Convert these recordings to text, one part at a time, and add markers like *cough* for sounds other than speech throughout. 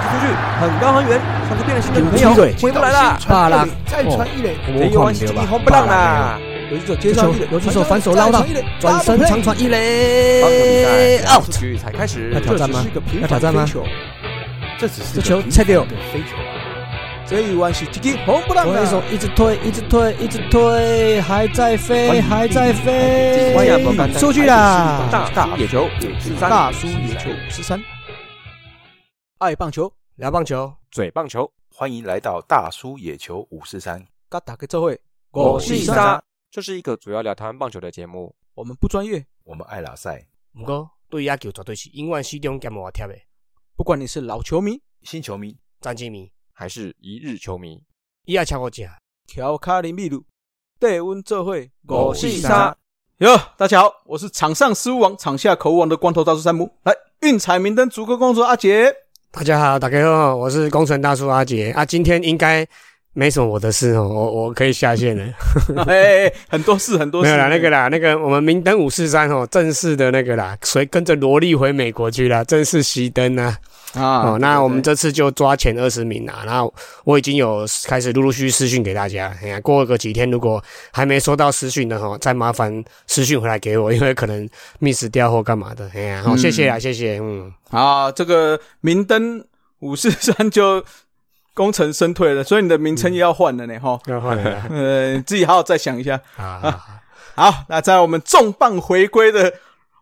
很高很远，上次变了心的女朋踢友腿回不来了。巴拉再传一垒，哦我没有啊，你红不浪啦！游击手接接球上一垒，，游击手反手捞到，转身长传棒球比一垒赛，out。局才开始要，挑战这吗只是一个平凡要挑战吗飞球这只是这球菜菜掉飞球啊。这一弯是吉吉红不让左的一，手一直推，一直推，一直推，还在飞，还在飞关亚不敢，出去啦！大大野球五四三，大叔野球五十三，爱棒球，聊棒球，嘴棒球，欢迎来到大叔野球五四三，嘎打给这会，我是是伊莎，这是一个主要聊台湾棒球的节目。我们不专业，我们爱拉赛毋过对野球绝对是永远始终兼无贴的。不管你是老球迷、新球迷，詹金明，还是一日球迷，伊也超过正。乔卡林秘鲁，对温这会，我是伊莎。哟，大家好，我是场上失误王、场下口王的光头大叔山姆，来运彩明灯足够工作阿 *laughs* 杰。大家好，大家好，我是工程大叔阿杰啊。今天应该没什么我的事哦，我我可以下线 *laughs* 了。哎、哎很多事，很多没事。有啦，那个啦，那个我们明灯五四三哦，正式的那个啦，谁跟着萝莉回美国去啦？正式熄灯啊！啊哦，那我们这这次就抓前二十名啦。然后我已经有开始陆陆续续私讯给大家。哎呀，过个几天如果还没收到私讯的哈，再麻烦私讯回来给我，因为可能 miss 掉或干嘛的。哎呀，好、嗯谢谢啊，谢谢，嗯，啊，这个明灯五四三就功成身退了，所以你的名称也要换了呢，哈、要换了啦呃，你自己好好再想一下。啊好。好好，那在我们重磅回归的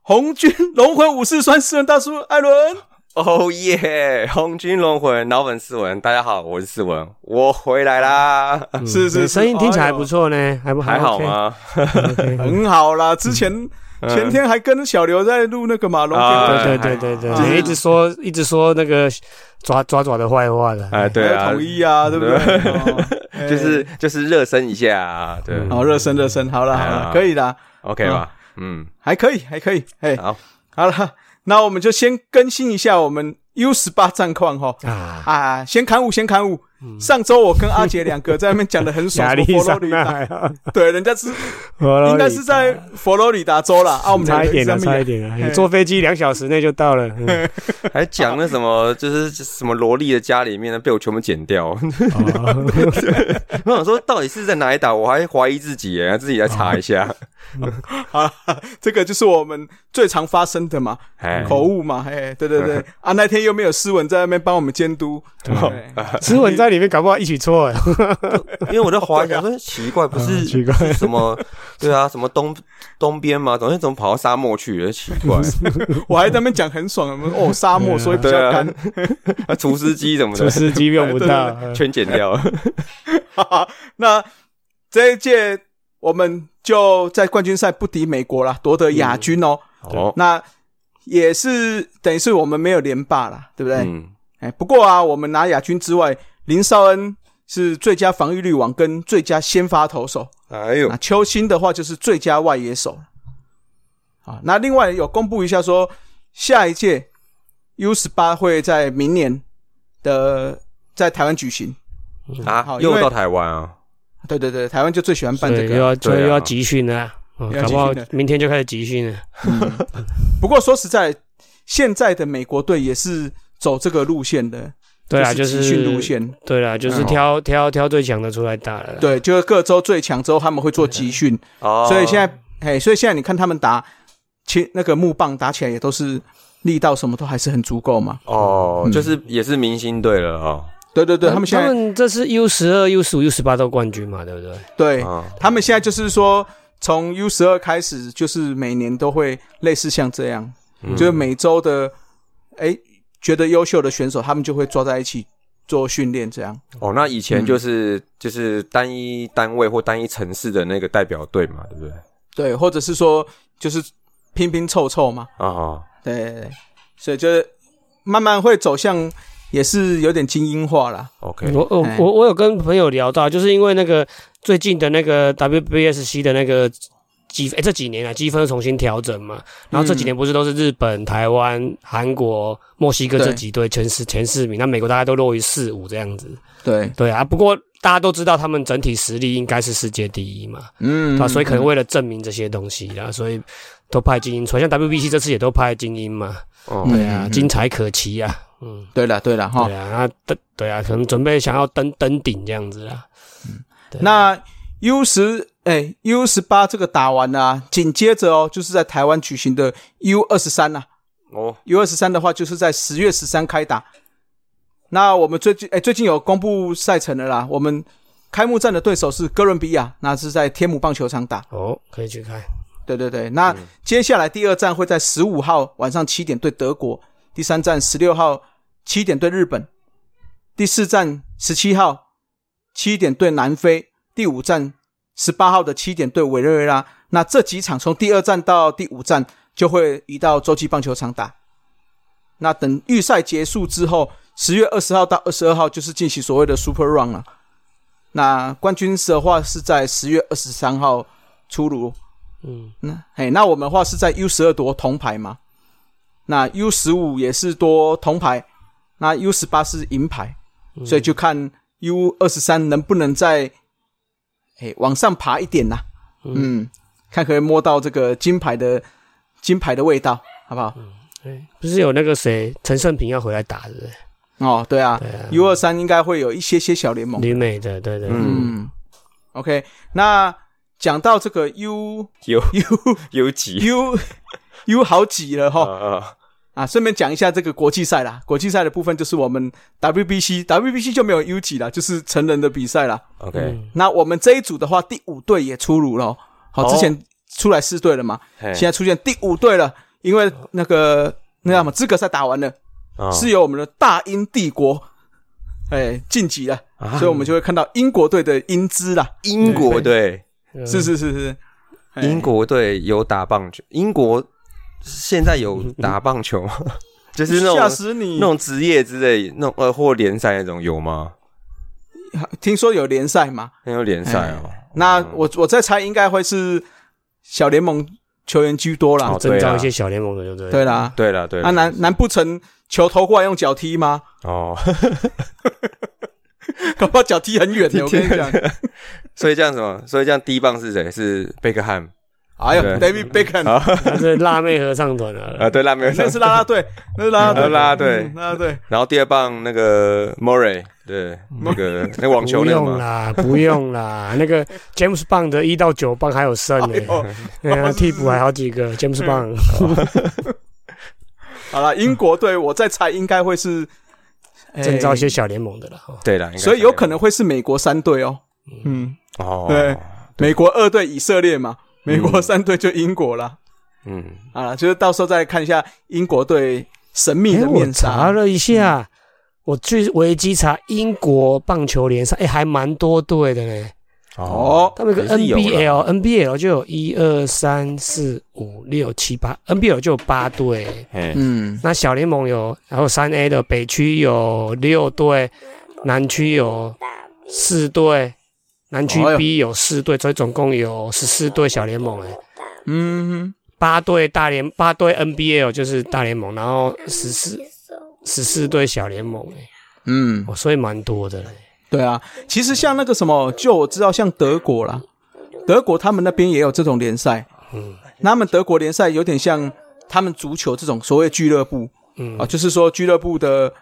红军龙魂武士酸诗人大叔艾伦，哦耶！红军龙魂老粉思文，大家好，我是思文，我回来啦，嗯 *laughs* 是是你声音听起来哎还呦不错呢，还不还好？啊吗？哎很好啦。之前嗯前天还跟小刘在录那个马龙啊天对还对对对就对，是你一直说一直说那个抓抓爪的坏话的，哎，对啊统，一啊，对不对？哦哎就是就是热身一下啊，对好热身热身，好了好哎了，呀可以啦， ，OK 吧？嗯，还可以还可以，哎，好，好了，那我们就先更新一下我们 U 十八战况哈。啊，啊，先砍五，先砍五。上周我跟阿杰两个在那边讲的很爽， *laughs* 亚什历么佛山罗里达，大呀，对，人家是啊 *laughs* 应该是在佛罗里达州啦。啊，我们两差个一点在了，那差一边点嘿了，坐飞机两小时内就到了。 *laughs* 嗯还讲那什么， *laughs* 就是什么萝莉的家里面呢，被我全部剪掉。 *laughs* 哦 *laughs* 我想说，到底是在哪里打？我还怀疑自己耶，自己来查一 *laughs* 下。好了，这个就是我们最常发生的嘛，哎，口误嘛，哎，对对对。啊，那天又没有诗文在那边帮我们监督，对，斯文在里面搞不好一起错，啊因为我在怀疑，想说奇怪，不 *laughs* 是嗯奇怪是什么？对啊，什么东东边嘛，总是怎么跑到沙漠去了？奇怪，我还在那边讲很爽，我们哦沙漠，所以比较对啊干。 *laughs* 啊，厨师机哦怎么 *laughs* 厨的，师机用不到。全剪掉了。哈哈， *laughs* 那这一届我们就在冠军赛不敌美国啦，夺得亚军哦。哦，那也是等于是我们没有连霸啦，对不对？哎、嗯，不过啊，我们拿亚军之外，林少恩是最佳防御率王跟最佳先发投手，哎呦那，邱兴的话就是最佳外野手。啊，那另外有公布一下说，下一届 U 十八会在明年的在台湾举行。啊好，因又为到台湾啊，对对对，台湾就最喜欢办这对，个又啊、要所以对啊又要集训了啊，哦又要搞不集好训了明天就开始集训了。 *laughs* 不过说实在，现在的美国队也是走这个路线的，对啊，就集训路是线。嗯对啦，就是挑挑挑最强的出来打了啦。对，就是各州最强之后，他们会做集训，哦，啊所以现在，哎，所以现在你看他们打，其那个木棒打起来也都是力道什么都还是很足够嘛。哦嗯，就是也是明星队了哦，对对对，他们现嗯他在们这是 U 十二、U 十五、U 十八都冠军嘛，对不对？对嗯他们现在就是说，从 U 十二开始，就是每年都会类似像这样，嗯嗯就是每周的，哎，觉得优秀的选手，他们就会抓在一起做训练，这样。哦，那以嗯前就是就是单一单位或单一城市的那个代表队嘛，对不对？对，或者是说就是拼拼凑凑嘛，哦，对对对，所以就是慢慢会走向也是有点精英化啦。 ，OK，我我哎我我有跟朋友聊到，就是因为那个最近的那个 WBSC 的那个积、诶这几年啊积分重新调整嘛，然后嗯这几年不是都是日本、台湾、韩国、墨西哥对这几队前四前四名，那美国大概都落于四五这样子。对，对啊，不过大家都知道他们整体实力应该是世界第一嘛，嗯啊，所以可能为了证明这些东西啦，所以都派精英出来，像 WBC 这次也都派精英嘛，哦嗯对啊，精彩可期啊。嗯，对了对了哈对，啊，那登对啊，可能准备想要登登顶这样子啦。对啊那 U 十哎 U 十八这个打完啦、紧接着哦，就是在台湾举行的 U 二十三啦。啊哦， U 二十三的话，就是在十月十三开打。那我们最近哎、最近有公布赛程了啦。我们开幕战的对手是哥伦比亚，那是在天母棒球场打。哦，可以去看。对对对，那接下来第二站会在十五号晚上七点对德国，第三站十六号七点对日本，第四站十七号七点对南非，第五站十八号的七点对委内瑞拉。那这几场从第二站到第五站就会移到洲际棒球场打。那等预赛结束之后，十月二十号到二十二号就是进行所谓的 Super Run 了。那冠军的话是在十月二十三号出炉。嗯，那嘿，那我们的话是在 U 十二夺铜牌嘛，那 U 十五也是夺铜牌，那 U 十八是银牌，所以就看 U 二十三能不能再嘿往上爬一点呐、嗯，看可不可以摸到这个金牌的金牌的味道，好不好？哎，不是有那个谁陈胜平要回来打的，哦，对啊对啊 u 二三应该会有一些些小联盟。旅美的，对对，嗯嗯，OK，那讲到这个 U 有 U 有几 U U 好几了哈。啊啊，顺便讲一下这个国际赛啦。国际赛的部分就是我们 WBC，WBC 就没有 U 级啦，就是成人的比赛啦。 ，OK，那我们这一组的话，第五队也出炉了哦。好，嗯哦之前出来四队了嘛，嘿现在出现第五队了，因为那个那叫什么资格赛打完了，嗯哦是由我们的大英帝国哎晋级了，啊所以我们就会看到英国队的英姿啦。英国队，对嗯是，是是是，哎嗯英国队有打棒球，英国现在有打棒球吗？ *laughs* 就是那嗯吓种死你那！种职业之类，那种呃或联赛那种有吗？听说有联赛嘛？那有联赛哦，那我我在猜应该会是小联盟球员居多啦嗯哦。征召一些小联盟的，对不对？对啦，对了对啊了，难难不成球投过来用脚踢吗？ *laughs* 哦， *laughs* 搞不好脚踢很 *laughs* 远的，我跟你讲。所以这样什么？所以这样第一棒是谁？是贝克汉哎呦对，David Beckham，啊那是辣妹合唱团啊，呃啊，对，拉没有哎那是啦啦 *laughs* 队，那是啦啦队，啦啦队嗯啦啦队。然后第二棒那个 Murray，对，那个那个网球不那个用嘛，啦，不用啦，那个 James Bond 的一到九棒还有剩哎呢，呦，嗯对啊，替补还好几个 James Bond，哦好了，英国队我在猜应该会是哎 *laughs* 征召一些小联盟的了。哦对啦，应该所以有可能会是美国三队哦。嗯，哦，对，美国二队以色列嘛，美国三队就英国啦。嗯，啊，就是到时候再看一下英国队神秘哎，的我面查纱。了一下，我去维基查英国棒球联赛，哎，还蛮多队的呢。哦，他们有也个是有啦啊 NBL，NBL 就有一二三四五六七八，NBL 就有八队。嘿，嗯，那小联盟有，然后三 A 的北区有六队，南区有四队，南区哎呦 B 有四队，所以总共有十四队小联盟哎、嗯，八队大联，八队 NBL 就是大联盟，然后十四十四队小联盟哎、嗯，哦，所以蛮多的嘞。对啊，其实像那个什么，就我知道，像德国啦，德国他们那边也有这种联赛。嗯那他们德国联赛有点像他们足球这种所谓俱乐部嗯啊，就是说俱乐部的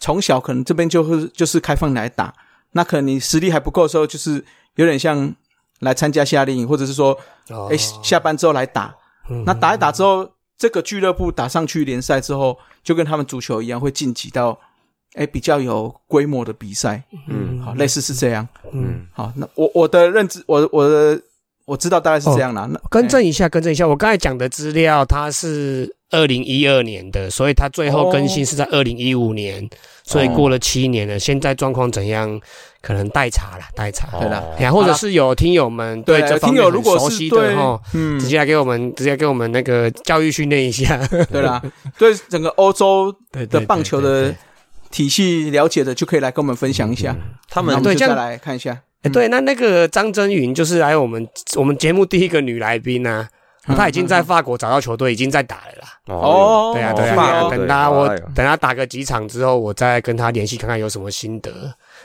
从小可能这边就会就是开放来打，那可能你实力还不够的时候，就是有点像来参加夏令营，或者是说哦哎、下班之后来打。嗯那打一打之后，这个俱乐部打上去联赛之后，就跟他们足球一样，会晋级到哎比较有规模的比赛，嗯好，类似是这样。嗯，好，那我我的认知，我我的我知道大概是这样啦。那哎更正一下，更正一下，我刚才讲的资料它是二零一二年的，所以它最后更新是在二零一五年，哦所以过了七年了。现在状况怎样？可能待查啦，待查。哎对啦，哎呀，或者是有听友们对对这方听面友如很果熟是悉对的哈，嗯 *laughs* 直，接来给我们，直接给我们那个教育训练一下。 *laughs* 对啦，对整个欧洲对对嗯的棒球的嗯体系了解的，就可以来跟我们分享一下。他那我们对们就这再样来看一下。哎，对，那那个张真云就是来我们我们节目第一个女来宾呐，嗯她已经在法国找到球队，已经在打了啦。哦，对啊，哦对法啊，国等队他哎我呦等他打个几场之后，我再跟他联系，看看有什么心得。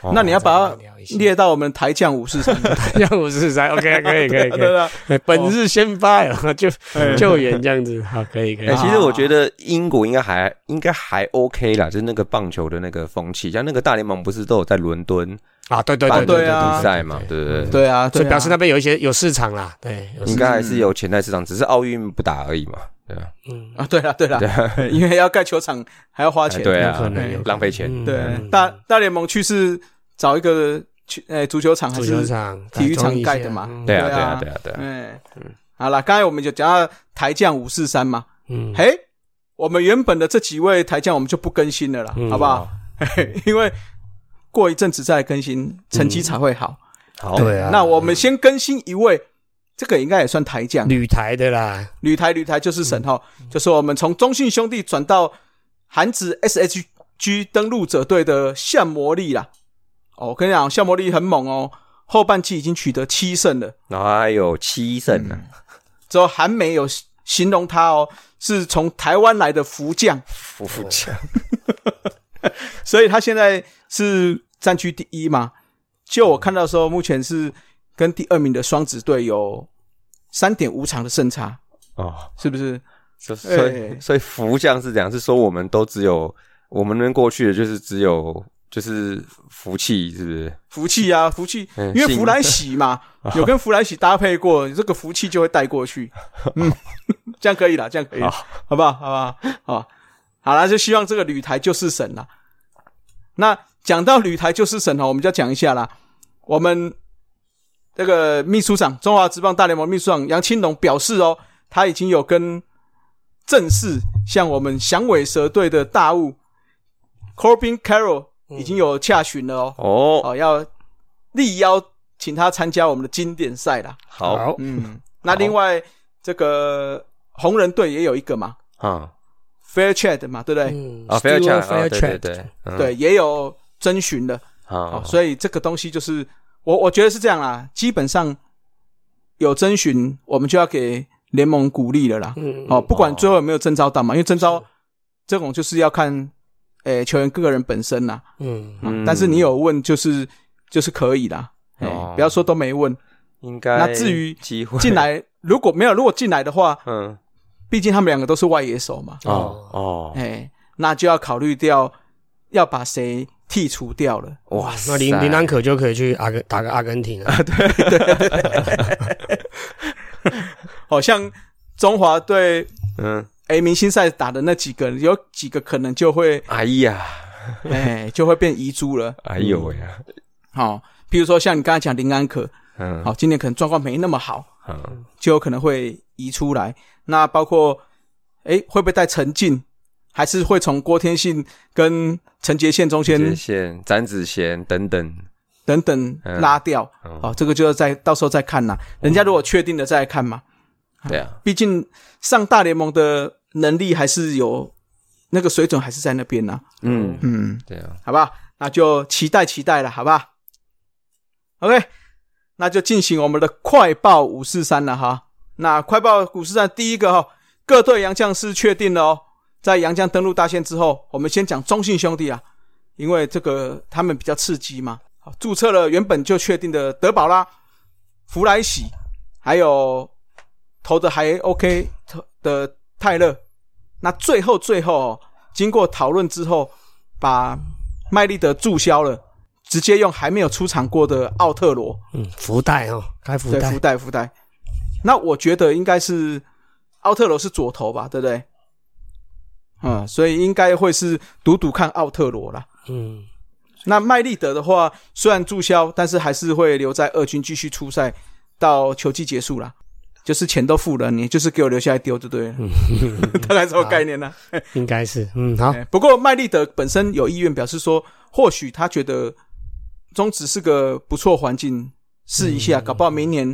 哦那你要把它聊一下 *laughs* 列到我们台将五四三，让我试试噻，OK，可以，可以， *laughs* 对可对哎以，本日先发呀，就对，救援这样子，好，可以，可以哎、，其实啊我觉得英国应该还应该还 OK 啦，就是那个棒球的那个风气，像那个大联盟不是都有在伦敦啊，对对办对对对啊比赛嘛，对不对？对啊，所对以啊表示那边有一些有市场啦，对，有市应场该还是有潜在市场，只是奥运不打而已嘛，对啊，嗯，啊，对了对了，因为要盖球场还要花哎钱，对有啊可能有浪费钱，嗯对，大大联盟去是找一个去呃足球场还足球是场、体育场改装一盖的下嘛嗯对啊，对对啊啊，对啊，对啊，哎，好了，刚才我们就讲到台将五四三嘛，嗯，嘿，我们原本的这几位台将我们就不更新了啦，嗯好不好？嘿 *laughs* 因为过一阵子再来更新，成嗯绩才会好。好，对啊，那我们先更新一位，这个应该也算台将，旅台的啦，旅台旅台就是沈浩，就是我们从中信兄弟转到韩职 SHG 登陆者队的夏魔力啦。哦，我跟你讲，夏魔力很猛哦，后半季已经取得七胜了。然后还有七胜啊呢，之后韩媒有形容他哦，是从台湾来的福将，福强，所以他现在是战区第一嘛。就我看到的时候，目前是跟第二名的双子队有三点五场的胜差，哦，是不是？所所以嗯哎所以福将是怎样？是说我们都只有我们能过去的就是只有就是福气，是不是？福气啊，福气，嗯因为幸福来喜 *laughs* 嘛，有跟福来喜搭配过，你这个福气就会带过 *laughs* 去。嗯， *laughs* 这样可以啦，这样可以啦，好不好？好不好？好，好啦，就希望这个旅台就是神啦。那讲到旅台就是神哦，我们就要讲一下啦。我们这个秘书长，中华职棒大联盟秘书长杨青龙表示哦，他已经有跟正式向我们响尾蛇队的大物 Corbin Carroll 已经有洽询了哦。哦，哦，要力邀请他参加我们的经典赛啦。好，嗯，那另外这个红人队也有一个嘛啊，Fair Chat 嘛，对不对？嗯啊，非要 Stewart 讲啊，对对 Fairchild 对，嗯对，也有征询的。好哦，，所以这个东西就是我我觉得是这样啦，基本上有征询，我们就要给联盟鼓励了啦。嗯，哦，不管最后有没有征招到嘛，因为征招这种就是要看诶、球员个人本身啦。嗯，嗯但是你有问就是就是可以啦，哎、哦不要说都没问。应该那至于机 *laughs* 会进，来，如果没有，如果进来的话，嗯，毕竟他们两个都是外野手嘛，哦哦哦，哎、那就要考虑掉要把谁剔除掉了。哇塞，那林啊林安可就可以去阿根打个阿根廷啊，好像中华队嗯，哎明星赛打的那几个，有几个可能就 *laughs* 会哎呀，哎、就会变遗珠了。哎呦喂呀，好、比如说像你刚才讲林安可，嗯好、今年可能状况没那么好，嗯，就有可能会移出来。那包括哎、会不会带陈进，还是会从郭天信跟陈杰宪中间接线、展子贤等等，等等嗯拉掉，嗯哦，这个就要再到时候再看啦。人家如果确定了再来看嘛，对啊，毕竟上大联盟的能力还是有那个水准，还是在那边啊呐、嗯，嗯，对啊，好吧，那就期待期待了，好吧？OK，那就进行我们的快报五四三了哈。那快报五四三第一个哈、各队洋将是确定了哦。在洋将登陆大限之后，我们先讲中信兄弟啊，因为这个他们比较刺激嘛。好，注册了原本就确定的德保拉、弗莱喜，还有投的还 OK 的泰勒。那最后最后、哦，经过讨论之后，把麦利德注销了，直接用还没有出场过的奥特罗，嗯，福袋哦，开福对，袋福，袋福袋。那我觉得应该是奥特罗是左投吧，对不对？嗯，所以应该会是赌赌看奥特罗啦。嗯，那麦利德的话，虽然注销，但是还是会留在二军继续出赛到球季结束啦。就是钱都付了，你就是给我留下来丢就对了， *laughs* *laughs* 大概这种概念呢、应该是，嗯，好，哎不过麦利德本身有意愿表示说，或许他觉得中职是个不错环境，试一下，搞不好明年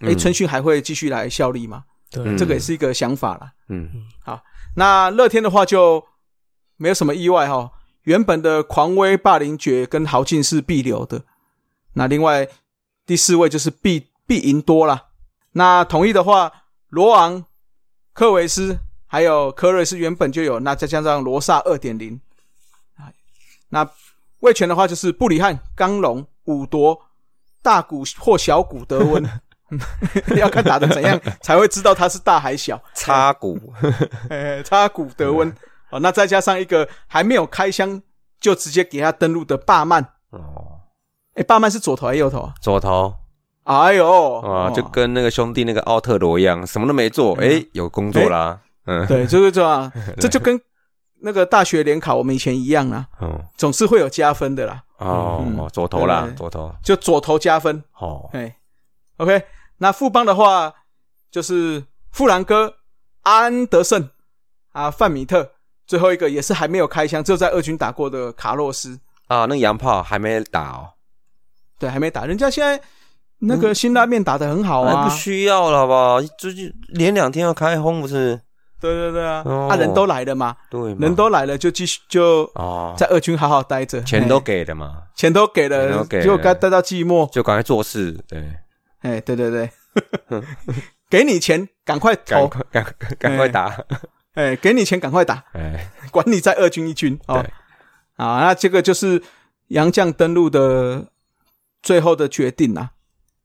哎、嗯春训还会继续来效力嘛，对，这个也是一个想法啦。嗯，那乐天的话就没有什么意外哈、原本的狂威霸凌爵跟豪进是必留的，那另外第四位就是必必赢多啦。那同意的话，罗昂、科维斯还有科瑞斯原本就有，那再加上罗萨二点零啊，那味全的话就是布里汉、刚龙、五夺、大股或小股德温。 *laughs* 你要看打的怎样才会知道他是大还小。插股，呃，插古德温，哦，那再加上一个还没有开箱就直接给他登录的霸曼，哦，哎、霸曼是左头还是右头啊？左头哎呦，啊，哦就跟那个兄弟那个奥特罗一样，什么都没做，哎，有工作啦，嗯，对，就是这样，这就跟那个大学联考我们以前一样啦，嗯，总是会有加分的啦，嗯哦，左头啦对，左头，就左头加分，哦，哎，OK，那富邦的话就是富兰哥、安德胜啊、范米特，最后一个也是还没有开箱，只有在二军打过的卡洛斯，啊，那个洋炮还没打哦，对，还没打，人家现在那个辛拉面打得很好啊，嗯哎不需要了吧？最近连两天要开轰不是？对对对啊，哦啊人都来了嘛，对嘛，人都来了就继续就哦，在二军好好待着，钱都嘿给的嘛，钱都给钱了都，给了结果该待到寂 *laughs* 寞，就赶快做事，对，哎，对对对， *laughs* 给你钱赶快赶投，快赶快赶快打，哎，给你钱赶快打， *laughs* 哎，管你在二军一军哦对，啊，那这个就是杨将登陆的最后的决定啊，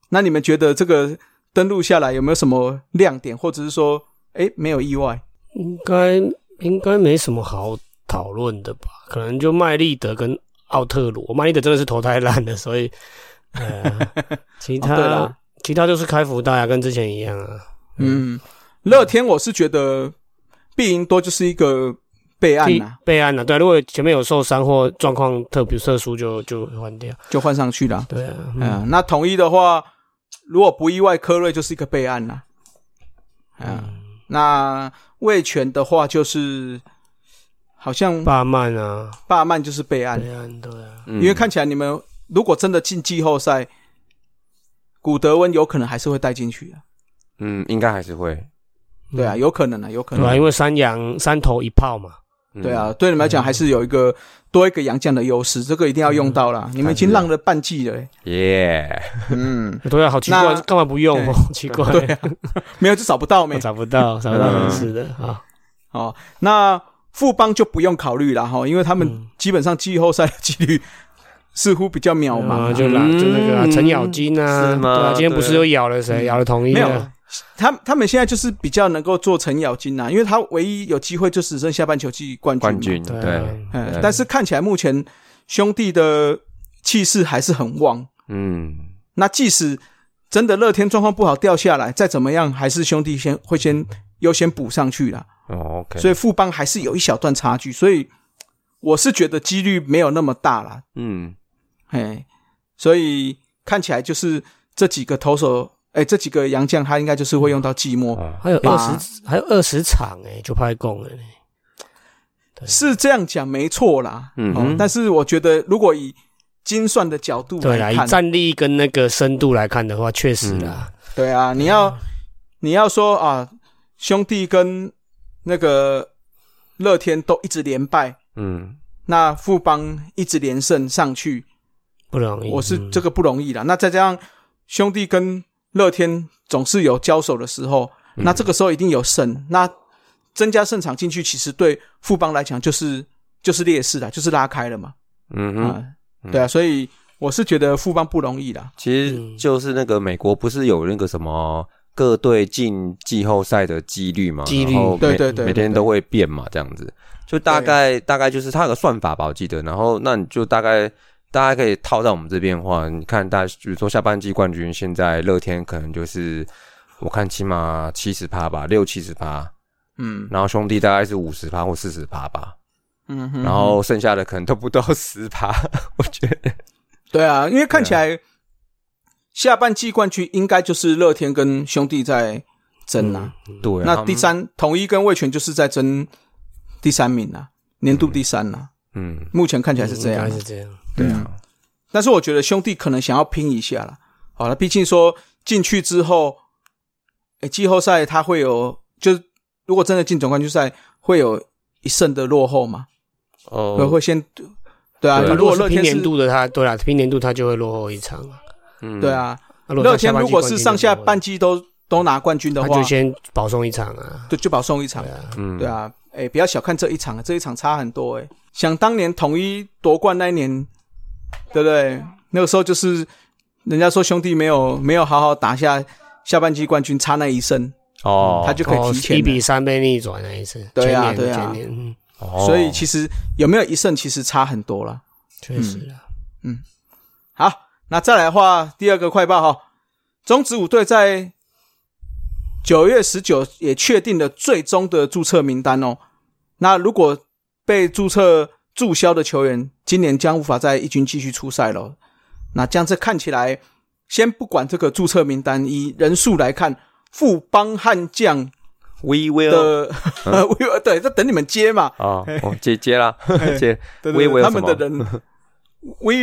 那你们觉得这个登陆下来有没有什么亮点，或者是说，哎，没有意外？应该应该没什么好讨论的吧？可能就麦利德跟奥特罗，麦利德真的是投太烂了，所以 *laughs* 呃，其哦对他、啦其他就是开福袋啊，跟之前一样啊。嗯，乐天我是觉得碧莹多就是一个备案第呐、啊，备案了、对，如果前面有受伤或状况特别特殊就，就会换掉。就换上去了。对啊，嗯、嗯，那统一的话，如果不意外，科瑞就是一个备案呐、啊。嗯，那魏权的话就是好像霸曼啊，霸曼就是备案，备案对啊，因因为看起来你们如果真的进季后赛，古德温有可能还是会带进去的。啊嗯，应该还是会，对啊，嗯有可能啊，有可对啊，能。因为三阳三头一炮嘛，嗯对啊，，对你们来讲还是有一个多一个洋将的优势，这个一定要用到啦。你们已经浪了半季了、欸，耶，嗯。 *laughs* 对啊，好奇怪那，干嘛不用 *laughs* 哦？奇怪，对啊没有就找不到 *laughs* 我没嗯找不到，找不到合适的啊。哦。那富邦就不用考虑了哈，因为他们嗯基本上季后赛的几率似乎比较渺茫、啊啊，就拉就那个啊嗯程咬金啊，是吗对啊，今天不是对又咬了谁？咬了统一嗯没有啊，。他他们现在就是比较能够做程咬金啊，因为他唯一有机会就只剩下半球季冠军。冠，军对啊对，嗯对，但是看起来目前兄弟的气势还是很旺。嗯，那即使真的乐天状况不好掉下来，再怎么样还是兄弟先会先优先补上去啦。哦，OK，所以富邦还是有一小段差距，所以我是觉得几率没有那么大啦，嗯，嘿，所以看起来就是这几个投手，哎、这几个洋将他应该就是会用到寂寞，哦还有把二十还有二十场哎，就拍供了呢。对是这样讲没错啦，嗯哦哼，但是我觉得如果以精算的角度对啦，来以看，战力跟那个深度来看的话，确实啦，对啊，你要你要说啊，兄弟跟那个乐天都一直连败，嗯，那富邦一直连胜上去，不容易。我是嗯这个不容易啦。那再加上兄弟跟乐天总是有交手的时候，那这个时候一定有胜，那增加胜场进去，其实对富邦来讲就是就是劣势啦，就是拉开了嘛。嗯啊、哼，对啊，所以我是觉得富邦不容易啦。其嗯实就是那个美国不是有那个什么各队进季后赛的几率嘛，几率然后每对对对每天都会变嘛，这样子，就大概大概就是它有个算法吧，我记得，然后那你就大概。大家可以套在我们这边的话，你看大，家比如说下半季冠军，现在乐天可能就是我看起码七十趴吧，六七十趴，嗯然后兄弟大概是五十趴或四十趴吧，嗯哼，然后剩下的可能都不到十趴，我觉得，对啊，因为看起来下半季冠军应该就是乐天跟兄弟在争啊。对啊那第，三，统一跟味全就是在争第三名啊，年度第三啊。他们嗯，目前看起来是这应样该啊。是这样。对啊，但是我觉得兄弟可能想要拼一下了。好了，毕竟说进去之后，诶、季后赛他会有，就是如果真的进总冠军赛，会有一胜的落后嘛，哦会、会先对啊。对那啊如果是乐拼天年是，度的他，对啦，拼年度他就会落后一场啊。嗯对，啊，那乐天他下半如季果冠是军就上下不会半季都都拿冠军的他话就，先保送一场啊。就就保送一场对。啊，嗯对，啊，哎、不要小看这一场，这一场差很多哎、想当年统一夺冠那一年，对不对？那个时候就是人家说兄弟没有没有好好打下下半季冠军，差那一胜，哦，他就可以提前一了比三被逆转那一次，对啊前年对啊前年嗯哦所以其实有没有一胜，其实差很多了。确实嗯啦。好，那再来的话，第二个快报哈，中职五队在九月十九也确定了最终的注册名单哦。那如果被注册注销的球员，今年将无法在一军继续出赛了。哦那这样子看起来，先不管这个注册名单，以人数来看，富邦悍将 We will 的、*laughs* 嗯呃对，在等你们接嘛， *laughs* 啊，我接 *laughs* 接啦，接对 We 对 will 对，他什们么的人，We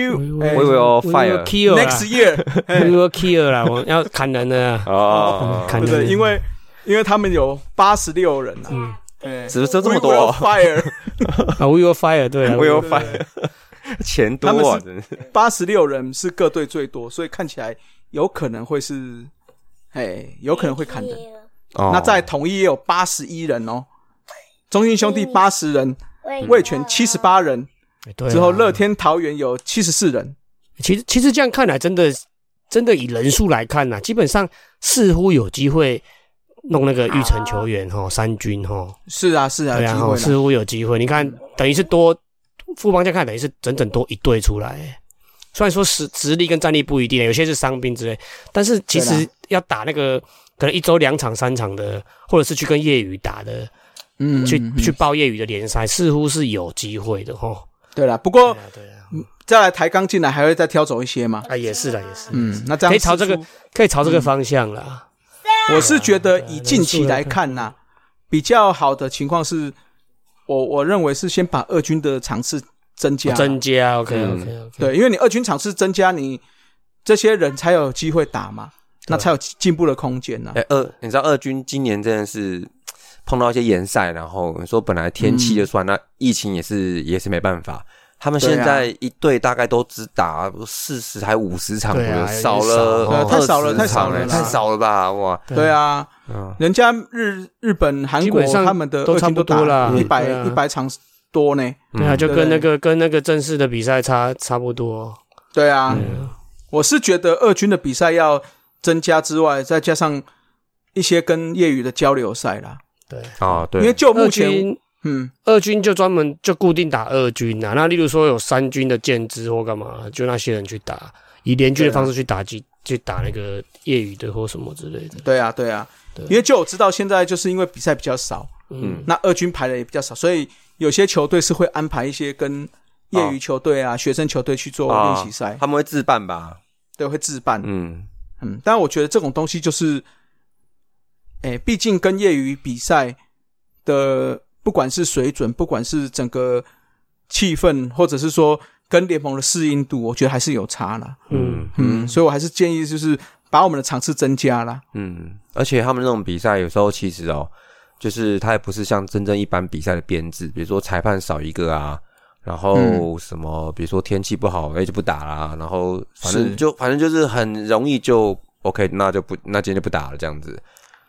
哎 We will fire kill 啦 next year， *laughs* ，We will kill 啦，我要砍人了啊， *laughs* 哦，砍不人是了，因为因为他们有八十六人啊，嗯嗯，只是这么 We 多 will fire *laughs* 啊，We will fire 对啊 We will 对 fire，钱多他们啊，是真是八十六人是各队最多，所以看起来有可能会是，哎，有可能会砍人。那那在统一也有八十一人哦，中信兄弟八十人，味全七十八人，对啊之后乐天桃园有七十四人，其实其实这样看来，真的真的以人数来看呢、基本上似乎有机会弄那个玉成球员哈，三军哈，是啊是啊，对机啊，吼会了，似乎有机会。你看，等于是多富邦这样看，等于是整整多一队出来。欸虽然说实实力跟战力不一定，有些是伤兵之类，但是其对实要打那个可能一周两场、三场的，或者是去跟业余打的，嗯，去嗯哦去嗯报业余的联赛，似乎是有机会的吼。对了，不过对啊，对啊，再来台钢进来还会再挑走一些嘛，啊也是的，也是，嗯，那这样可以朝这个四出可以朝嗯这个方向啦。我是觉得以近期来看哎呐、比较好的情况是，我我认为是先把二军的场次增加，哦增加，OK 嗯 OK OK，，对，因为你二军场次增加，你这些人才有机会打嘛，那才有进步的空间呐、哎二，你知道二军今年真的是碰到一些延赛，然后你说本来天气就算，那疫情也是也是没办法。他们对啊现在一队大概都只打四十还五十场左对啊右，有点少了少对啊太少了20太少了啦场太少了吧？哇，嗯对啊，嗯人家日日本、韩基国本上他们的都二差军不打多啦一百对啊一百场多呢。对啊，就对跟那个跟那个正式的比赛差差不多。对啊，嗯我是觉得二军的比赛要增加之外，再加上一些跟业余的交流赛啦，对，啊，因为对，就二目前，军嗯，二军就专门就固定打二军啊，那例如说有三军的建制或干嘛，就那些人去打，以联军的方式去打啊击，去打那个业余的或什么之类的。对啊，对啊，对因为就我知道，现在就是因为比赛比较少，嗯，那二军排的也比较少，所以有些球队是会安排一些跟业余球队啊、学生球队去做啊练习赛，他们会自办吧？对，会自办。嗯嗯，但我觉得这种东西就是，哎、毕竟跟业余比赛的，不管是水准，不管是整个气氛，或者是说跟联盟的适应度，我觉得还是有差啦。嗯，嗯，所以我还是建议就是把我们的场次增加啦。嗯，而且他们那种比赛有时候其实哦，就是它也不是像真正一般比赛的编制，比如说裁判少一个啊，然后嗯什么，比如说天气不好，哎、就不打啦，然后反正是就反正就是很容易就 OK，那就不那今天就不打了这样子。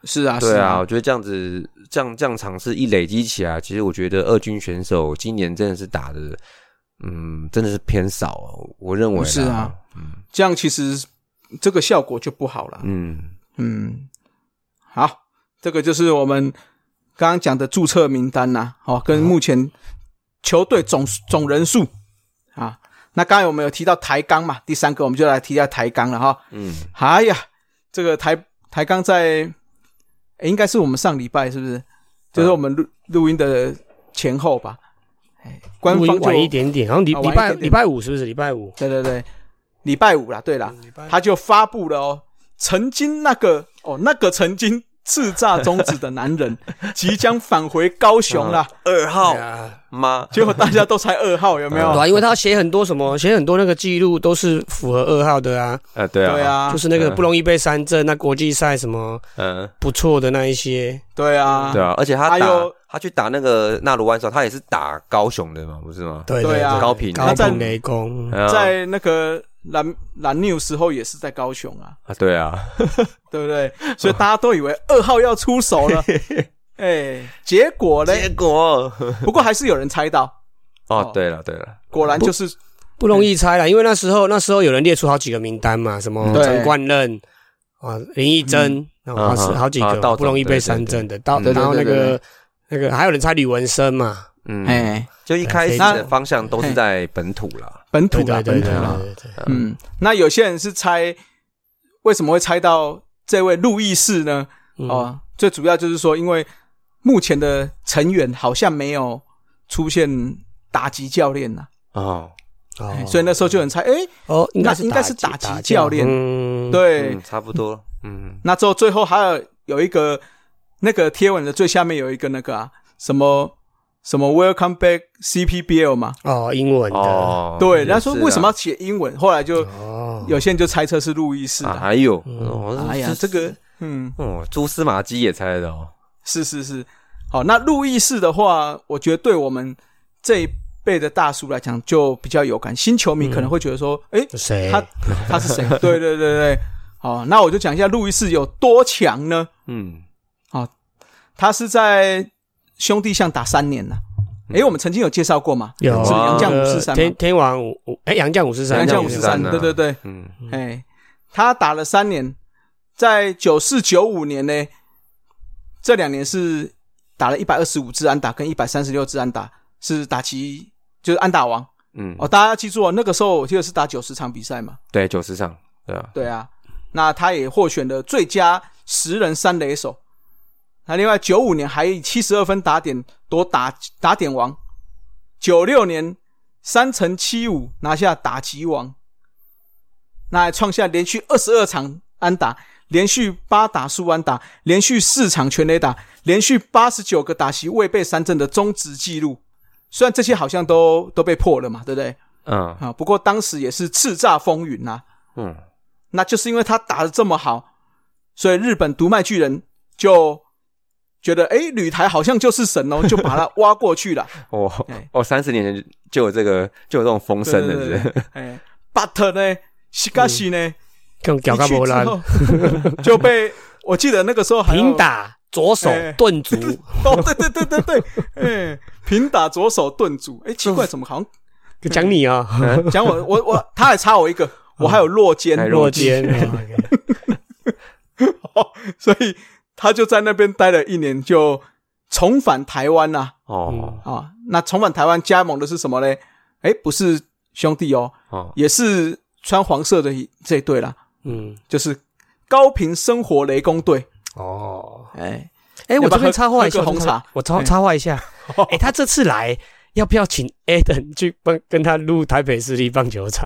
是啊，对是啊，我，觉得这样子这样这样尝试一累积起来，其实我觉得二军选手今年真的是打的，嗯，真的是偏少、哦，我认为啦是啊，这样其实这个效果就不好了。嗯，嗯，好，这个就是我们刚刚讲的注册名单呐、哦，跟目前球队总总人数啊。那刚才我们有提到台钢嘛，第三个我们就来提一下台钢了哈。嗯，哎呀，这个台台钢在，诶应该是我们上礼拜是不是？就是我们录录音的前后吧。哎，官录方音就晚一点点，然后礼啊礼晚一拜点点礼拜五是不是礼拜五？对对对，礼拜五啦，对啦，嗯他就发布了哦，曾经那个哦那个曾经叱咤中指的男 *laughs* 人即将返回高雄嗯啦，二哦号对啊吗？结果大家都才二号，有没对有？啊，因为他写很多什么，写很多那个记录都是符合二号的啊，呃，对啊，对，啊就，是那个不容易被三振，那国际赛什么嗯、不错的那一些，对啊对，啊，而且他还打、有他去打那个纳鲁湾的时候，他也是打高雄的嘛，不是吗？对对啊高频高在频雷公，哎呀在那个蓝蓝牛时候也是在高雄啊，啊，对啊，对不对？所以大家都以为二号要出手 *laughs* 了，哎，结果呢？结果哦不过还是有人猜到，哦，对了对了，果然就是不容易猜了，因为那时候那时候有人列出好几个名单嘛，什么对陈冠任啊、林义珍，然后好啊哈好几啊个道不容易长对被对三对振的，到嗯嗯对对然后那对对个那个还有人猜吕文生嘛，嗯，哎，就一开始的方向都是在本土啦，本土对啦，对本对对土啦。对对对，嗯，那有些人是猜为什么会猜到这位路易士呢？嗯哦，最主要就是说，因为目前的成员好像没有出现打击教练呐、哦，哦哎所以那时候就很猜，哎、哦，应该是那应该是打打击教练嗯，对，嗯，差不多，嗯，那之后最后还有有一个那个贴文的最下面有一个那个啊什么什么 Welcome Back CPBL 嘛，哦，英文的哦，哦，对，也他说是啊为什么要写英文？后来就有些人就猜测是路易士啊？啊，还有，嗯哦哎呀，这个嗯。哦，蛛丝马迹也猜得到，哦是是是，好，那路易士的话，我觉得对我们这一辈的大叔来讲就比较有感，新球迷可能会觉得说，诶，嗯谁？他他是谁？ *laughs* 对对对对，好，那我就讲一下路易士有多强呢？嗯，他是在兄弟象打三年了，诶，我们曾经有介绍过嘛，有是啊杨将那五个四三天嘛，天王五五，哎，杨将五四三，啊杨将五五十四三，三对对对，嗯，哎，他打了三年，在九四九五年呢，这两年是打了一百二十五支安打跟一百三十六支安打，是打击就是安打王嗯，哦。大家要记住哦，那个时候我记得是打九十场比赛嘛，对，九十场，对啊，对啊。那他也获选了最佳十人三垒手。那另外九五年还以七十二分打点夺打打点王，九六年三乘七五拿下打击王，那还创下连续二十二场安打，连续八打数安打，连续四场全垒打，连续八十九个打席未被三振的中职纪录。虽然这些好像都都被破了嘛，对不对？嗯啊，不过当时也是叱咤风云啊呐、嗯，那就是因为他打的这么好，所以日本独卖巨人就觉得，哎，吕台好像就是神哦，就把他挖过去 *laughs* 了。哦哎哦，三十年前就有这个，就有这种风对声对了，对是不对是，哎，but 呢，西嘎嗯西呢，更一屌干去波之兰，后 *laughs* 就被我记得那个时候还有平，打左手哎顿 *laughs* 足，哦，对对对对对，哎，平打左手顿足，哎，奇怪，怎么好讲你啊，像讲 *laughs* 我我我，他还差我一个，我还有落肩还，有弱肩，哦，OK *laughs* 所以他就在那边待了一年，就重返台湾啦、哦啊，那重返台湾加盟的是什么嘞？哎，不是兄弟哦，哦，也是穿黄色的一这一队啦，嗯，就是高频生活雷公队。哦。 *laughs* 哎，哎，要不我这要喝边插话一下，喝个我红这边茶我插哎插话 *laughs* 一下。哎，他这次来要不要请 Adam 去帮跟他录台北市立棒球场？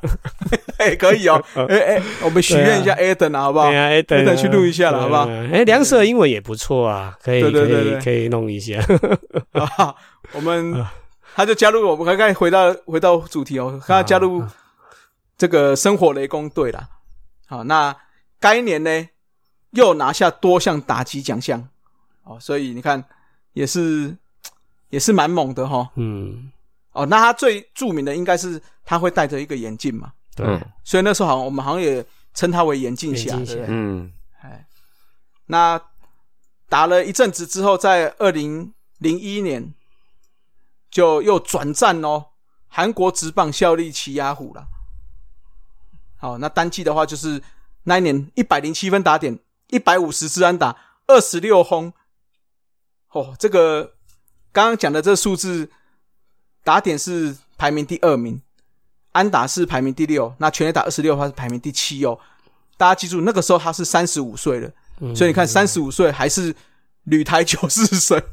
哎，可以哦，哎哎，我们许愿一下 Aden 啊，好不好对？啊，Adam 啊 Adam 去录一下啦好不好对啊哎，梁舍英文也不错啊，可以对对可对以对可以弄一下。 *laughs* *laughs* 啊，我们他就加入我们，刚刚回到回到主题啊哦，他加入这个生活雷公队啦。好，那该年呢又拿下多项打击奖项哦，所以你看也是也是蛮猛的哈、哦。嗯，哦，那他最著名的应该是他会戴着一个眼镜嘛，对，嗯所以那时候好像我们好像也称他为眼镜侠，眼对镜侠不对？嗯那打了一阵子之后，在二零零一年就又转战哦，韩国职棒效力奇亚虎了。好，那单季的话就是那一年一百零七分打点，一百五十支安打，二十六轰。哦，这个刚刚讲的这数字，打点是排名第二名，安打是排名第六，那全垒打二十六，他是排名第七哦。大家记住，那个时候他是三十五岁了。嗯所以你看，三十五岁还是旅台九四神，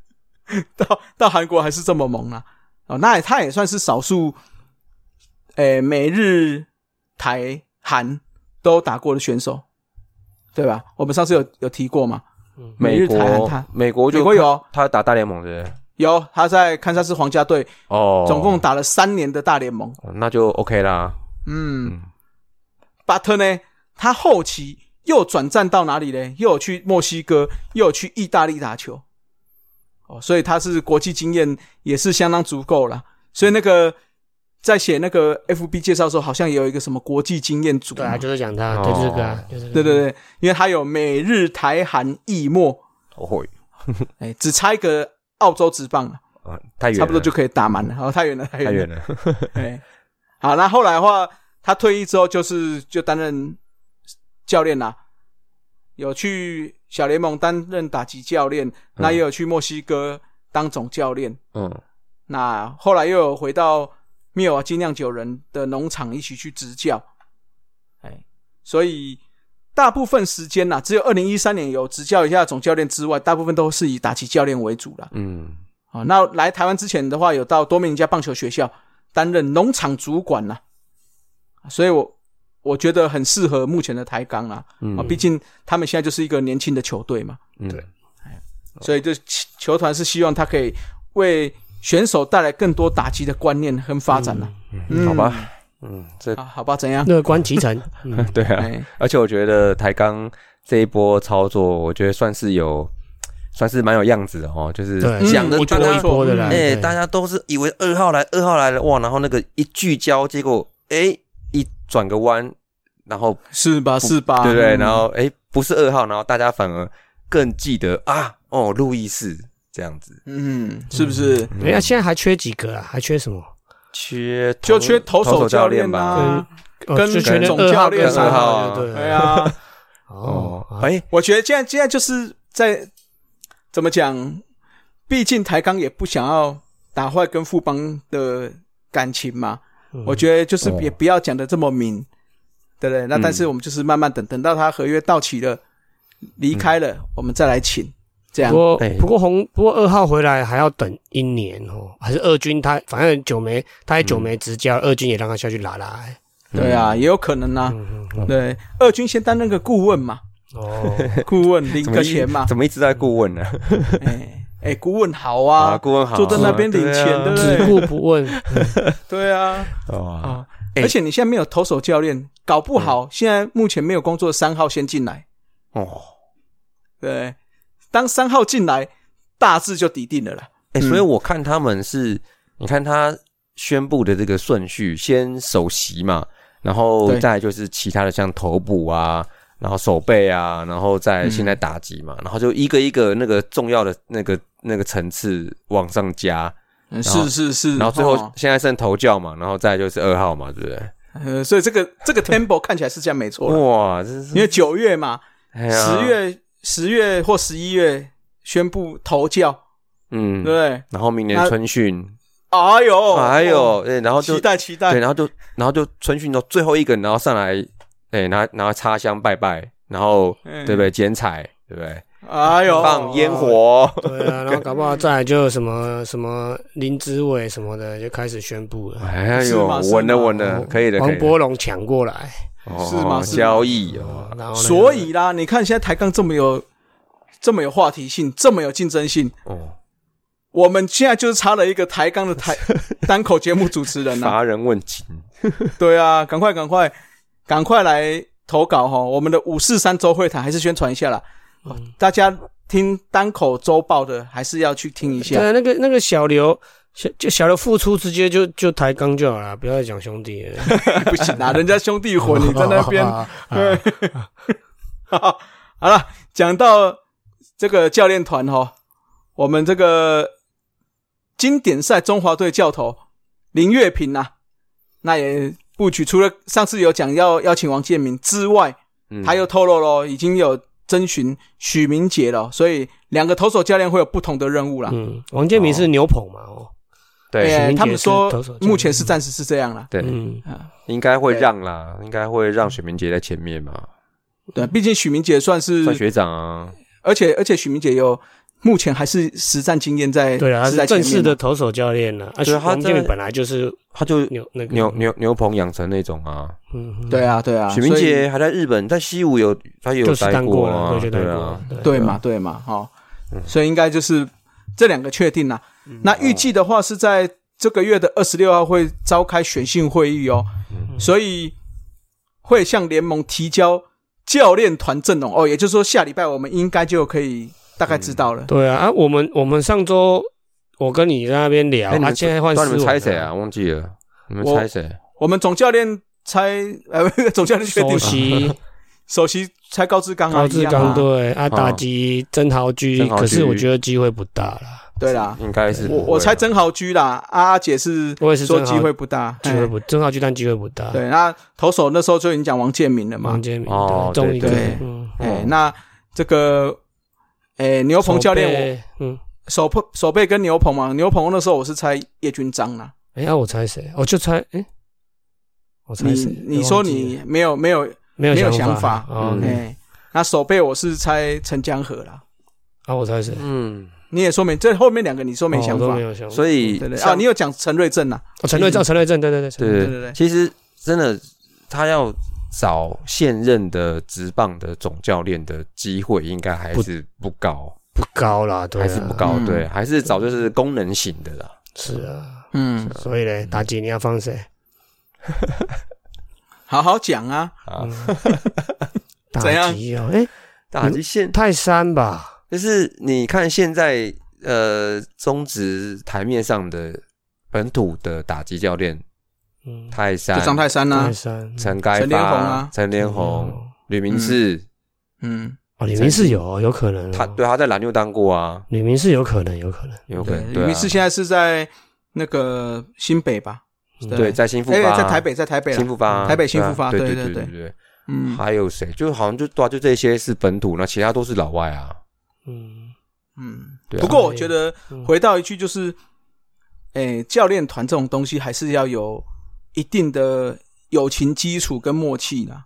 *laughs* 到到韩国还是这么猛啊！哦，那也他也算是少数，诶、美日台韩都打过的选手，对吧？我们上次有有提过嘛？美美日台韩国他美国就美国有他打大联盟对不对？有他在堪萨斯皇家队哦，总共打了三年的大联盟，哦那就 OK 啦，嗯嗯巴特呢，他后期又转战到哪里呢？又有去墨西哥，又有去意大利打球。哦，所以他是国际经验也是相当足够啦。所以那个在写那个 FB 介绍的时候，好像也有一个什么国际经验组对嘛。啊，就是讲他，哦对，就是这个啊，就是这嗯对个对对，因为他有美日台韩意墨，哦哎，只差一个澳洲职棒了，啊，太远哦了，差不多就可以打满了。好，太远了，太 *laughs* 太远远了。了，哎，好，那后来的话，他退役之后就是就担任教练啦，有去小联盟担任打击教练，那也有去墨西哥当总教练。嗯那后来又有回到密尔瓦基酿酒人的农场一起去执教，哎，所以大部分时间呐、只有二零一三年有执教一下总教练之外，大部分都是以打击教练为主啦。嗯啊，那来台湾之前的话，有到多米尼加棒球学校担任农场主管呐、所以我我觉得很适合目前的台钢啦、啊，嗯毕竟他们现在就是一个年轻的球队嘛，哎嗯对所以就球球团是希望他可以为选手带来更多打击的观念跟发展啦、嗯好吧，嗯， *laughs* 这啊，好吧，怎样？乐观其成。 *laughs* 嗯，对啊，哎，而且我觉得台钢这一波操作，我觉得算是有，算是蛮有样子的哦，就是对讲的嗯我大觉得家一波的啦，哎、对大家都是以为二号来，二号来了哇，然后那个一聚焦，结果哎、一转个弯，然后是吧？是吧？对不对？嗯然后哎、不是二号，然后大家反而更记得啊，哦，路易斯这样子，嗯，是不是？哎呀，现在还缺几个啊？还缺什么？缺就缺投手手教教练练吧。吧，哦跟就缺那总二教号练跟三啊号就对了，对啊，哦，啊哎、我觉得现在现在就是在怎么讲，毕竟台钢也不想要打坏跟富邦的感情嘛。嗯我觉得就是哦也不要讲的这么明，对不嗯对？那但是我们就是慢慢等，等到他合约到期了，离开嗯了，我们再来请。这样不，过对不过红不过二号回来还要等一年哦，还是二军他反正九梅他也九梅执教，二军也让他下去拉拉。哎对啊，也有可能啊。嗯嗯对，二军先担任个顾问嘛，哦，顾问领 *laughs* 怎么个一钱嘛。怎么一直在顾问呢？哎哎，顾问好 *laughs* 啊，啊，顾问好，坐在那边领钱对啊对不只顾不问，对啊。哦，啊、嗯而且你现在没有投手教练，搞不好现在目前没有工作的三号先进来，哦，对，当三号进来，大致就底定了啦。嗯哎、所以我看他们是，你看他宣布的这个顺序，先首席嘛，然后对再来就是其他的像头部啊，然后手背啊，然后再现在打击嗯嘛，然后就一个一个那个重要的那个那个层次往上加，嗯，然后是是是，然后最后哦现在剩头教嘛，然后再来就是二号嘛，对不对？呃，所以这个这个 tempo 看起来是这样没错啦，哇，这是哦因为九月嘛，哎呀十，月十月或十一月宣布投教，对嗯不，对？然后明年那春训，哎呦，哎呦，哦，对，然后就期待期对，待，然后就然后就春训到最后一个，然后上来，哎、拿拿插香拜拜，然后、嗯对不对？剪彩，对不对？哎呦，放烟火，对啊，然后搞不好再来就有什么什么林志伟什么的就开始宣布了，哎是呦吗，是稳了吗稳了，嗯可以的，可王以的波龙抢过来，哦是吗是吗交易哦，然后呢所以啦，你看现在抬杠这么有这么有话题性，这么有竞争性，哦，我们现在就是差了一个抬杠的台单口节目主持人啊！乏人问津，对啊，赶快赶快赶快来投稿哈！我们的五四三周会谈还是宣传一下啦，哦大家听单口周报的还是要去听一下。对那个那个小刘。小就小刘付出，直接就就抬杠就好了，不要再讲兄弟了。不行啊，人家兄弟伙你在那 *laughs* 边。 *laughs* 啊好好了，讲到这个教练团哈，我们这个经典赛中华队教头林月平啊，那也布局除了上次有讲要邀请王建民之外，嗯他又透露咯，已经有征询许明杰了，所以两个投手教练会有不同的任务啦。嗯，王建民是牛棚嘛？哦，对，许明杰他们是投说手教练目前是暂时是这样啦。对，嗯，应该会对让啦，应该会让许明杰在前面嘛，对，毕竟许明杰算是算学长啊，而且而且许明杰有目前还是实战经验在，对啊，他是在是正前面式的嘛，投手教练了、啊。而对且啊他王建民在本来就是他就嗯牛那个牛，牛牛棚养成那种啊，嗯，对啊对啊，许明所以杰还在日本，在西武有他也有就是待当过啊了，，就当对过啊嗯了，，对对嘛对嘛，哈、所以应该就是这两个确定啦。嗯那预计的话是在这个月的二十六号会召开选训会议哦，嗯所以会向联盟提交教练团阵容哦，也就是说下礼拜我们应该就可以大概知道了。对啊啊！我们我们上周我跟你在那边聊，哎，你啊，们现在换不知道你斯们文猜了 *laughs* 谁啊？？忘记了，你们我猜谁？我们总教练猜呃， *laughs* 不是总教练确定首了席首席猜高志刚啊，*laughs* *laughs* 高志一样刚啊对啊，打击曾豪居，曾豪居可是我觉得机会不大了。对啦，应该是不我会啊我猜曾豪居啦，啊阿阿姐是我也是说曾豪机会不大，机会嘿不正好，就但机会不大。哎对。那投手那时候就已经讲王建民了嘛王，建民哦对中一个对对，嗯，哎，那这个哎牛手棚背教练，，嗯，我手背手背跟牛棚嘛，牛棚那时候我是猜叶军章啦，哎呀，我猜谁？我就猜，哎，我猜你谁？你说你没有没有没有没有想想法哦嗯哎，那手背我是猜陈江河啦，啊，我猜谁？嗯，你也说没这后面两个你说没哦想我都法没，有想法。所以对对啊，像你有讲陈瑞正啦，啊哦陈瑞正，陈瑞正，对对对，陈瑞对对对对其实真的他要找现任的职棒的总教练的机会，应该还是不高，不高啦，对啊，还是不高，嗯对，还是找就是功能型的啦。是啊，嗯，所以呢，妲己你要放谁？好好讲啊，啊， *laughs* 怎样妲己嗯哦，哎，打击现嗯泰山吧，就是你看现在呃中职台面上的本土的打击教练嗯，泰就山、张泰山啦泰，山，陈该陈连红啊发、陈连红、吕明志，嗯，哦，李明是有，有可能哦，他对他在蓝牛当过啊，李明是有可能，有可能，有可对，能吕对明啊是现在是在那个新北吧？嗯对在新复哎，发啊在台北，在台北啦新复发台北新复发对啊对对对对对。嗯还有谁？就好像就对啊，就这些是本土，那其他都是老外啊。嗯，嗯。对啊不过我觉得嗯回到一句就是，哎，教练团这种东西还是要有一定的友情基础跟默契啦。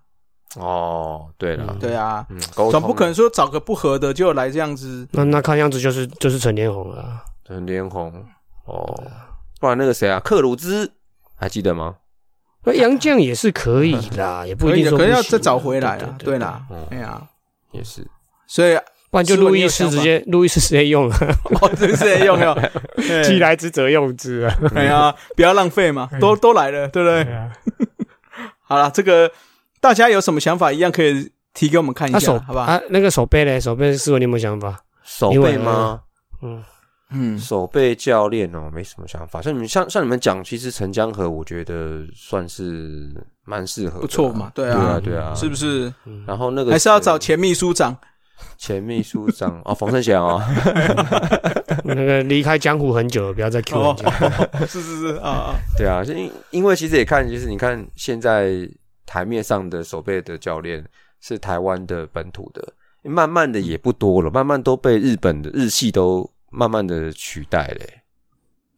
哦，对了嗯，对啊，嗯，沟通总不可能说找个不合的就来这样子。那那看样子就是就是陈连红了啊，陈连红哦，不然那个谁啊，克鲁兹还记得吗？那杨绛也是可以 *laughs* 啦，也不一可以定的，说可能不要行啊再找回来啊，对对，啦，嗯哎呀，也是，所以 *laughs* 不然就思文路你易有斯想直法接路易斯直接用了，哦，真是用 *laughs* 用，既哎来之则用之啊。哎呀，不要浪费嘛，都都来了，对哎不对？好了，这个大家有什么想法，一样可以提给我们看一那手下，好不好？啊，那个手背嘞，手背思文你有没有想 *laughs* 法？手因为背吗？嗯，嗯，手背教练哦，没什么想法。像你们像像你们讲，其实陈江河，我觉得算是蛮适合的啊，不错嘛对对啊啊，对啊，是不是？然后那个还是要找谁前秘书 *laughs* 长？前秘书长哦，冯胜贤哦，那个离开江湖很久了，不要再 Q 人哦家。，是是是啊，啊对啊，因因为其实也看，就是你看现在台面上的手背的教练是台湾的本土的，慢慢的也不多了，慢慢都被日本的日系都慢慢的取代嘞、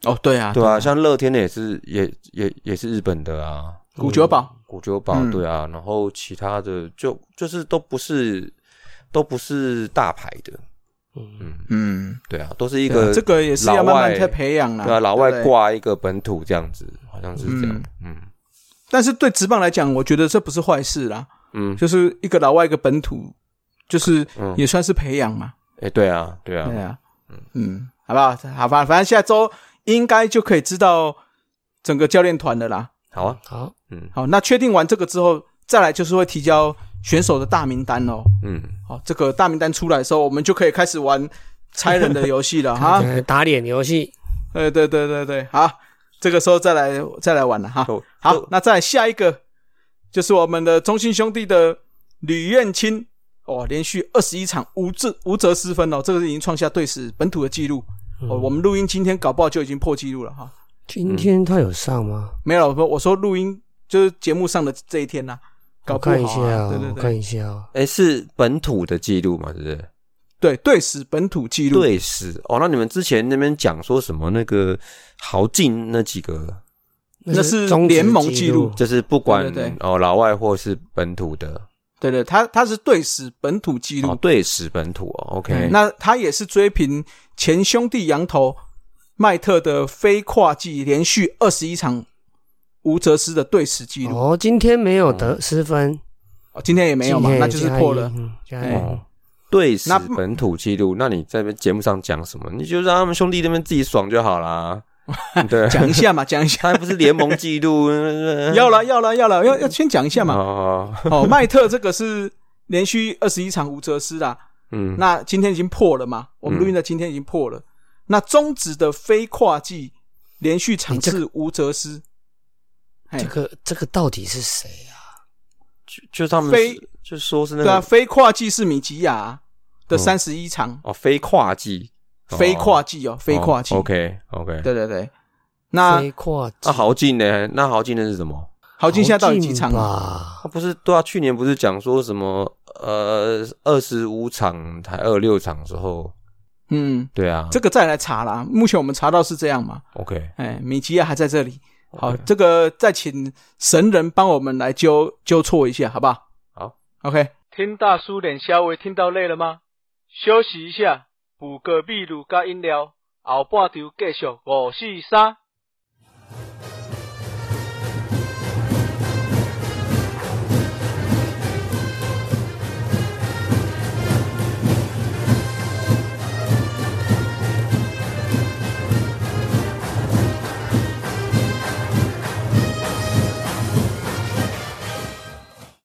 哦，对啊，对啊，像乐天的也是也也也是日本的啊，古九堡，古久保嗯对啊，然后其他的就就是都不是都不是大牌的，嗯，嗯，嗯，对啊，都是一对啊个这个也是要慢慢在培养啦，对啊老外对不对。挂一个本土这样子，好像是这样，嗯但是对职棒来讲，我觉得这不是坏事啦，嗯就是一个老外一个本土，就是嗯，也算是培养嘛。哎，对啊，对啊对，啊，嗯，好不好？好吧，反正下周应该就可以知道整个教练团的啦。好啊，好，嗯好，那确定完这个之后，再来就是会提交选手的大名单哦。嗯，好，这个大名单出来的时候，我们就可以开始玩猜人的游 *laughs* 戏了哈。呃打脸游戏，对对对对对，好，这个时候再来再来玩了哈。就好就，那再来下一个就是我们的中信兄弟的吕彦青哦，连续二十一场无折无折失分哦，这个是已经创下队史本土的记录。嗯哦，我们录音今天搞不好就已经破纪录了哈。今天他有上吗？没有，我说我说录音就是节目上的这一天呐、搞我不好、看一下啊，啊，对对我对看一下啊。哎是本土的记录嘛，对不对？对队史本土记录，对史哦，那你们之前那边讲说什么那个豪进那几个，那是中职联盟纪纪录就是不管对对对哦老外或是本土的对对，他他是队史本土记录，嗯哦对史本土哦，OK，那他也是追平前兄弟羊头麦特的非跨季连续二十一场无折失的队史记录。哦，今天没有得失分，哦，今天也没有嘛今，天那就是破了。。加一嗯加一哎哦，对史那本土记录，那你在那边节目上讲什么？你就让他们兄弟那边自己爽就 *laughs* 好啦。对，讲一下嘛，讲一下。 *laughs* 他还不是联盟记 *laughs* 录？呃要了，要了，要了，要要先讲一下嘛。哦，哦，麦特这个是连续二十一场无折失啦，嗯，那今天已经破了嘛？我们录音的今天已经破了。那中职的非跨季连续场你这次无折失，哎这个这个到底是谁啊？就就他们非是就说是那对啊，个非跨季是米吉亚的嗯三十一场，哦非跨季非跨季哦，非跨季。 OK OK，对对对，那飞跨啊那豪进呢？那豪进那是什么？豪进现在到底几场啊？吧？他不是对啊？去年不是讲说什么呃二十五场才二六场的时候，嗯，对啊，这个再来查啦。目前我们查到是这样嘛？ OK 哎，米奇亚还在这里。好，这个再请神人帮我们来纠纠错一下，好不好？好，OK。听大叔脸稍微听到累了吗？休息一下，补个秘鲁加饮料，后半场继续五四三。